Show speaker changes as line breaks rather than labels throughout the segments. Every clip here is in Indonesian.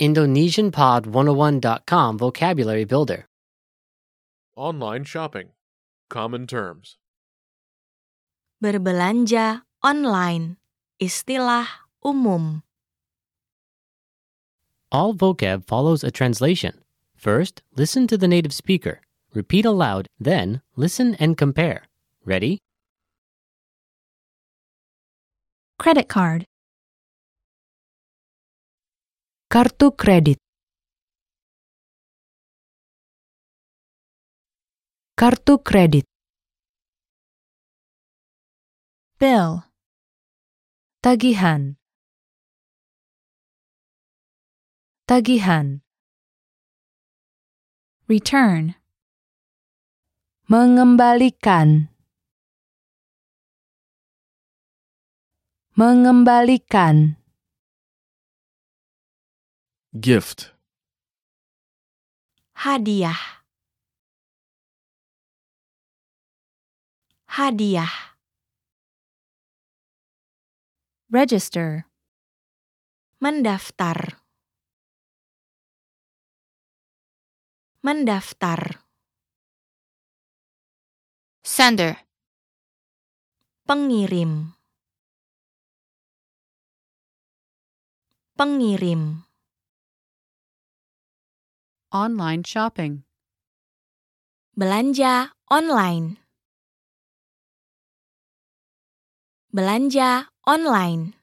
IndonesianPod101.com Vocabulary Builder.
Online shopping. Common terms.
Berbelanja online. Istilah umum.
All vocab follows a translation. First, listen to the native speaker. Repeat aloud, then, listen and compare. Ready?
Credit card. Kartu kredit. Kartu kredit. Bill. Tagihan. Tagihan. Return. Mengembalikan. Mengembalikan.
Gift.
Hadiah. Hadiah.
Register.
Mendaftar. Mendaftar.
Sender.
Pengirim. Pengirim.
Online shopping.
Belanja online. Belanja online.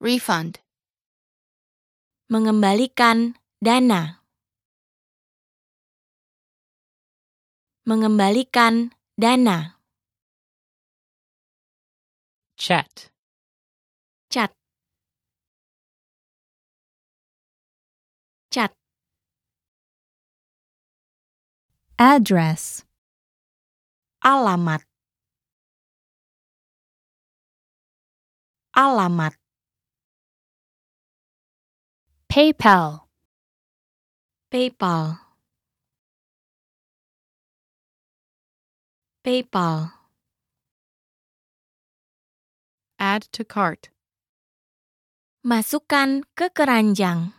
Refund.
Mengembalikan dana. Mengembalikan dana.
Chat.
Cat. Cat.
Address.
Alamat. Alamat.
PayPal.
PayPal. PayPal.
Add to cart.
Masukkan ke keranjang.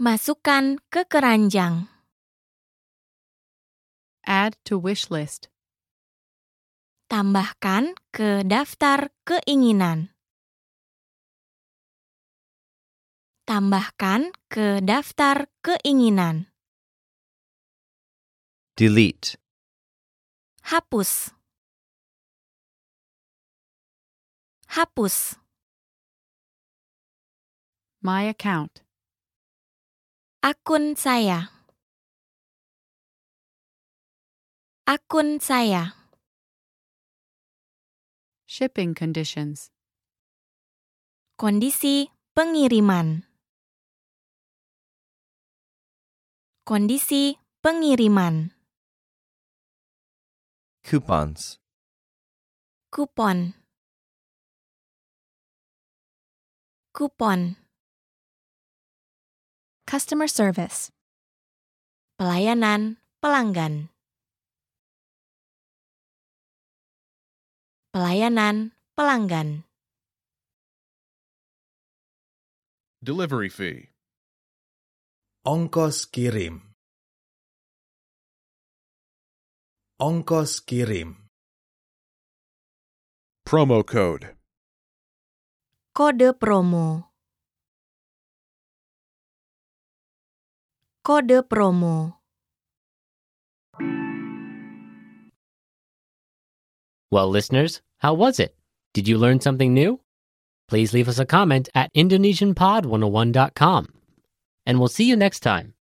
Masukkan ke keranjang.
Add to wish list.
Tambahkan ke daftar keinginan. Tambahkan ke daftar keinginan.
Delete.
Hapus. Hapus.
My account.
Akun saya. Akun saya.
Shipping conditions.
Kondisi pengiriman. Kondisi pengiriman.
Coupons.
Kupon. Kupon.
Customer service.
Pelayanan pelanggan. Pelayanan pelanggan.
Delivery fee.
Ongkos kirim. Ongkos kirim.
Promo code.
Kode promo. Kode promo.
Well, listeners, how was it? Did you learn something new? oh Please leave us a comment at IndonesianPod101.com. And we'll see you next time.